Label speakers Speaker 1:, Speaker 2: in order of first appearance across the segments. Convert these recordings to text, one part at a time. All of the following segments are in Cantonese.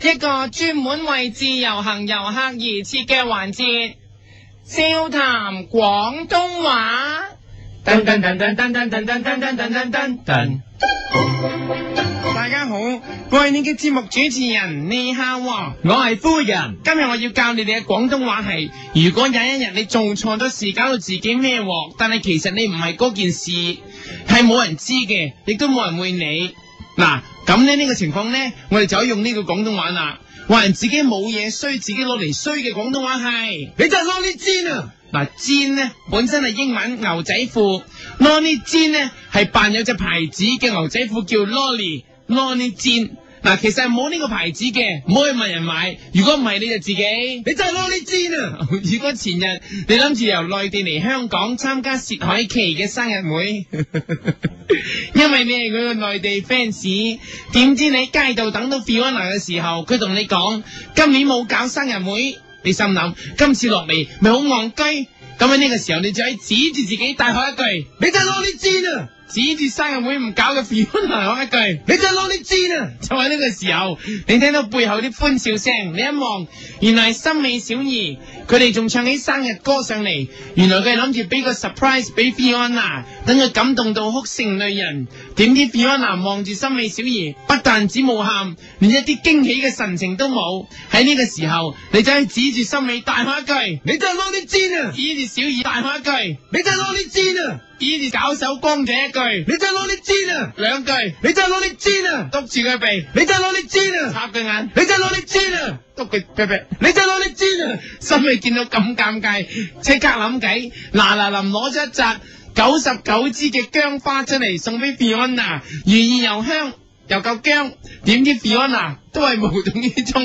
Speaker 1: 一個專門為自由行遊客而設嘅環節，笑談廣東話。
Speaker 2: 噔噔噔噔噔噔噔噔噔噔噔噔噔。
Speaker 1: 大家好，我係你嘅節目主持人你好喎。
Speaker 2: 我係夫人，
Speaker 1: 今日我要教你哋嘅廣東話係，如果有一日你做錯咗事，搞到自己孭鑊，但係其實你唔係嗰件事，係冇人知嘅，亦都冇人會理。嗱，咁咧呢個情況咧，我哋就可以用呢個廣東話啦，話人自己冇嘢衰，自己攞嚟衰嘅廣東話係。
Speaker 2: 你真係攞啲尖啊！
Speaker 1: 嗱，jean 咧本身係英文牛仔褲，Lonnie jean 咧係扮有隻牌子嘅牛仔褲叫 Lolly，Lonnie jean。嗱，其實係冇呢個牌子嘅，唔好去問人買。如果唔係，你就自己。
Speaker 2: 你真係攞啲尖 啊！
Speaker 1: 如果前日你諗住由內地嚟香港參加薛凱琪嘅生日會， 因為你係佢個內地 fans，點知你喺街度等到 Fiona 嘅時候，佢同你講今年冇搞生日會，你心諗今次落嚟咪好戇居。咁喺呢個時候，你就喺指住自己大喝一句，
Speaker 2: 你真係攞啲尖啊！
Speaker 1: 指住生日會唔搞嘅 Fiona 喝一句。
Speaker 2: 你真係攞啲尖啊！
Speaker 1: 就喺呢個時候，你聽到背後啲歡笑聲，你一望，原來係森美小儀，佢哋仲唱起生日歌上嚟。原來佢係諗住俾個 surprise 俾 Fiona，等佢感動到哭成淚人。點知 Fiona 望住森美小儀，不但止冇喊，連一啲驚喜嘅神情都冇。喺呢個時候，你就係指住森美大喊一句，
Speaker 2: 你真係攞啲尖啊！
Speaker 1: 指住小儀大喊一句，
Speaker 2: 你真係攞啲尖啊！
Speaker 1: 指住搞手光者一句，
Speaker 2: 你真係攞啲尖啊！
Speaker 1: 兩句，
Speaker 2: 你真係攞啲尖啊！
Speaker 1: 督住佢鼻，
Speaker 2: 你真係攞啲尖啊！
Speaker 1: 插佢眼。
Speaker 2: 你真係攞啲尖啊！
Speaker 1: 督佢鼻鼻，
Speaker 2: 你真係攞啲尖啊！
Speaker 1: 心裏見到咁尷尬，即刻諗計，嗱嗱臨攞咗一紮九十九支嘅薑花出嚟送俾 Fiona，寓意又香又夠薑。點知 Fiona 都係無動於衷，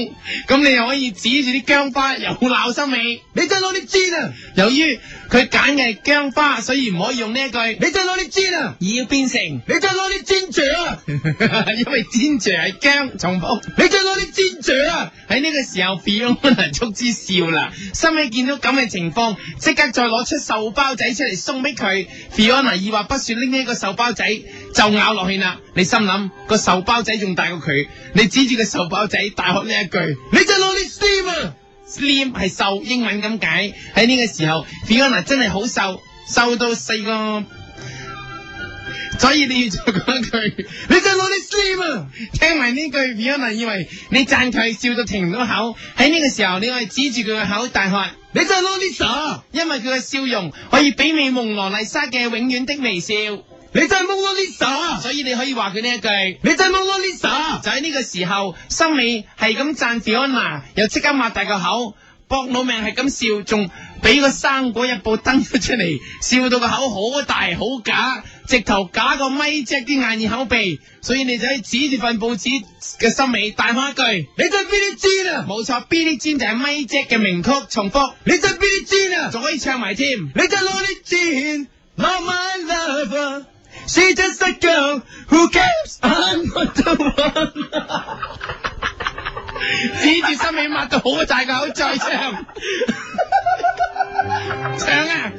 Speaker 1: 咁你又可以指住啲薑花又鬧心美。
Speaker 2: 你真係攞啲尖啊！
Speaker 1: 由於佢揀嘅係薑花，所以唔可以用呢一句，
Speaker 2: 你真係攞啲尖啊！
Speaker 1: 而要變成。
Speaker 2: 你真係攞啲尖雀啊！
Speaker 1: 因為煎住係薑重複，
Speaker 2: 你真係攞啲尖雀啊！
Speaker 1: 喺呢個時候 Fiona 足之笑啦，心美見到咁嘅情況，即刻再攞出壽包仔出嚟送俾佢。Fiona 二話不說拎起個壽包仔就咬落去啦。你心諗個壽包仔仲大過佢，你指住個壽包仔大喝呢一句
Speaker 2: 你真係攞啲尖啊！
Speaker 1: ：slim 係瘦，英文咁解。喺呢個時候，Fiona 真係好瘦，瘦到四個，所以你要再講一句。
Speaker 2: 你真係攞啲 slim 啊！
Speaker 1: 聽埋呢句，Fiona 以為你讚佢笑到停唔到口。喺呢個時候，你可以指住佢個口大喝，
Speaker 2: 你真係攞啲傻！
Speaker 1: 因為佢嘅笑容可以媲美蒙羅麗莎嘅永遠的微笑，
Speaker 2: 你真係蒙羅麗莎！
Speaker 1: 所以你可以話佢呢一句。
Speaker 2: 你真係蒙羅麗莎！
Speaker 1: 就喺呢個時候，森美係咁讚 Fiona，又即刻擘大個口，搏老命係咁笑，仲俾個生果日報登咗出嚟，笑到個口好大好假，直頭假個咪即啲眼耳口鼻，所以你就可以指住份報紙嘅森美大喊一句。
Speaker 2: 你真係 Billie Jean 啊！
Speaker 1: 冇錯，Billie Jean 就係 Mic Jack 嘅名曲，重複，
Speaker 2: 你真係 Billie Jean 啊！
Speaker 1: 仲可以唱埋添。
Speaker 2: 你真係攞啲尖，Not my lover。She just a girl who keeps on the one。
Speaker 1: 指住心尾抹到好大個口，再唱， 唱啊！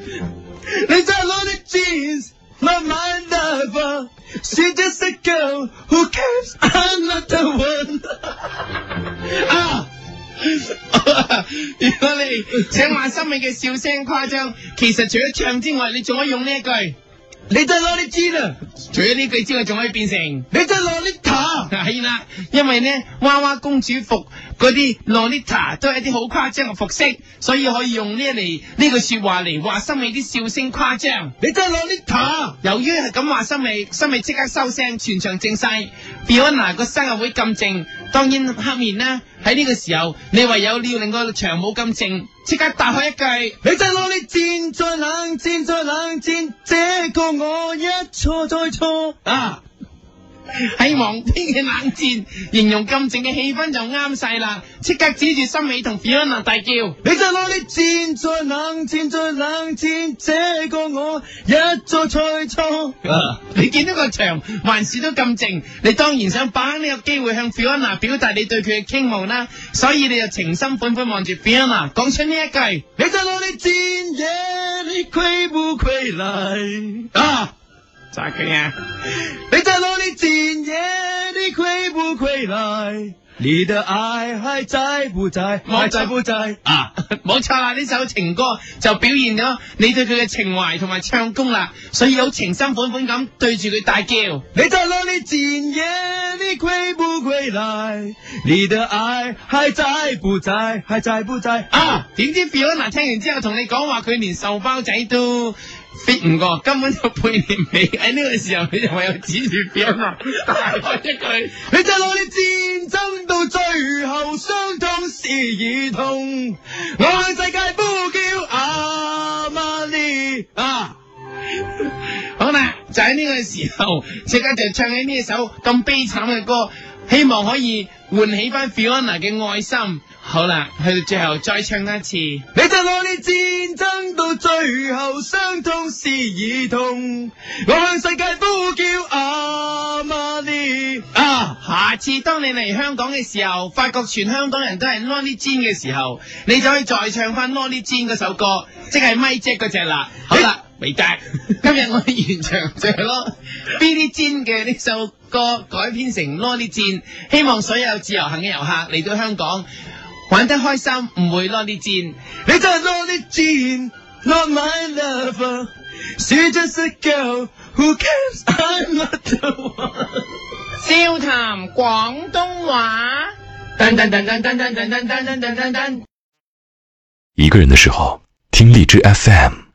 Speaker 2: 你真係攞啲 jeans。Not my lover, she just a girl who keeps on the one。
Speaker 1: 啊！ 如果你想話心尾嘅笑聲誇張，其實除咗唱之外，你仲可以用呢一句。
Speaker 2: 你真係攞啲尖啊！
Speaker 1: 除咗呢句之外，仲可以變成。
Speaker 2: 你真係攞啲 塔。
Speaker 1: 係啦，因為呢娃娃公主服嗰啲 Lolita 都係一啲好誇張嘅服飾，所以可以用呢一嚟呢句說話嚟話森美啲笑聲誇張。
Speaker 2: 你真係攞啲塔。
Speaker 1: 由於係咁話森美，森美即刻收聲，全場靜晒。Fiona 個生日會咁靜，當然黑面啦。喺呢個時候，你唯有你要令個場冇咁靜，即刻答佢一句。
Speaker 2: 你真係攞啲箭，再冷戰，再冷戰，這個我一錯再錯。
Speaker 1: 啊！喺黃邊嘅冷戰，形容咁靜嘅氣氛就啱晒啦！即刻指住森美同 Fiona 大叫，
Speaker 2: 你真係攞啲箭，再冷戰，再冷戰，這個我一錯再錯。
Speaker 1: 啊！你見到個場還是都咁靜，你當然想把握呢個機會向 Fiona 表達你對佢嘅傾慕啦，所以你就情深款款望住 Fiona，講出呢一句
Speaker 2: 你真係攞啲箭，耶！你虧不虧來？
Speaker 1: 啊！就係佢啊！
Speaker 2: 你真係攞啲箭，耶！你虧不虧來？你的爱还在不在？还在不在？
Speaker 1: 啊，冇錯啦！呢首情歌就表現咗 你對佢嘅情懷同埋唱功啦，所以好情深款款咁對住佢大叫。
Speaker 2: 你在哪里？今夜你归不归来？你的爱还在不在？还在不在？
Speaker 1: 啊！點知 Fiona 聽完之後同你講話，佢連瘦包仔都 fit 唔過，根本就配你尾。喺呢個時候，你就唯有指住 Fiona 大喝一句。
Speaker 2: 你在努力戰爭到最後，傷痛是兒童。我向世界呼叫阿瑪尼啊！
Speaker 1: 好啦，就喺呢個時候，即刻就唱起呢首咁悲慘嘅歌，希望可以喚起翻 Fiona 嘅愛心。好啦，去到最後再唱一次。
Speaker 2: 你在努力戰爭到最後，傷痛是兒童。我向世界呼叫阿瑪尼
Speaker 1: 啊！下次當你嚟香港嘅時候，發覺全香港人都係 Lonely Jean 嘅時候，你就可以再唱翻 Lonely Jean 嗰首歌，即係咪姐嗰只啦。好啦，未得，今日我哋現場就係咯，Billy Jean 嘅呢首歌改編成 Lonely Jean，希望所有自由行嘅遊客嚟到香港玩得開心，唔會 Lonely Jean。
Speaker 2: 你在努力戰，Not my lover。She just a girl who cares I'm not the one。
Speaker 1: 笑談廣東話。
Speaker 3: 一个人的时候，听荔枝 FM。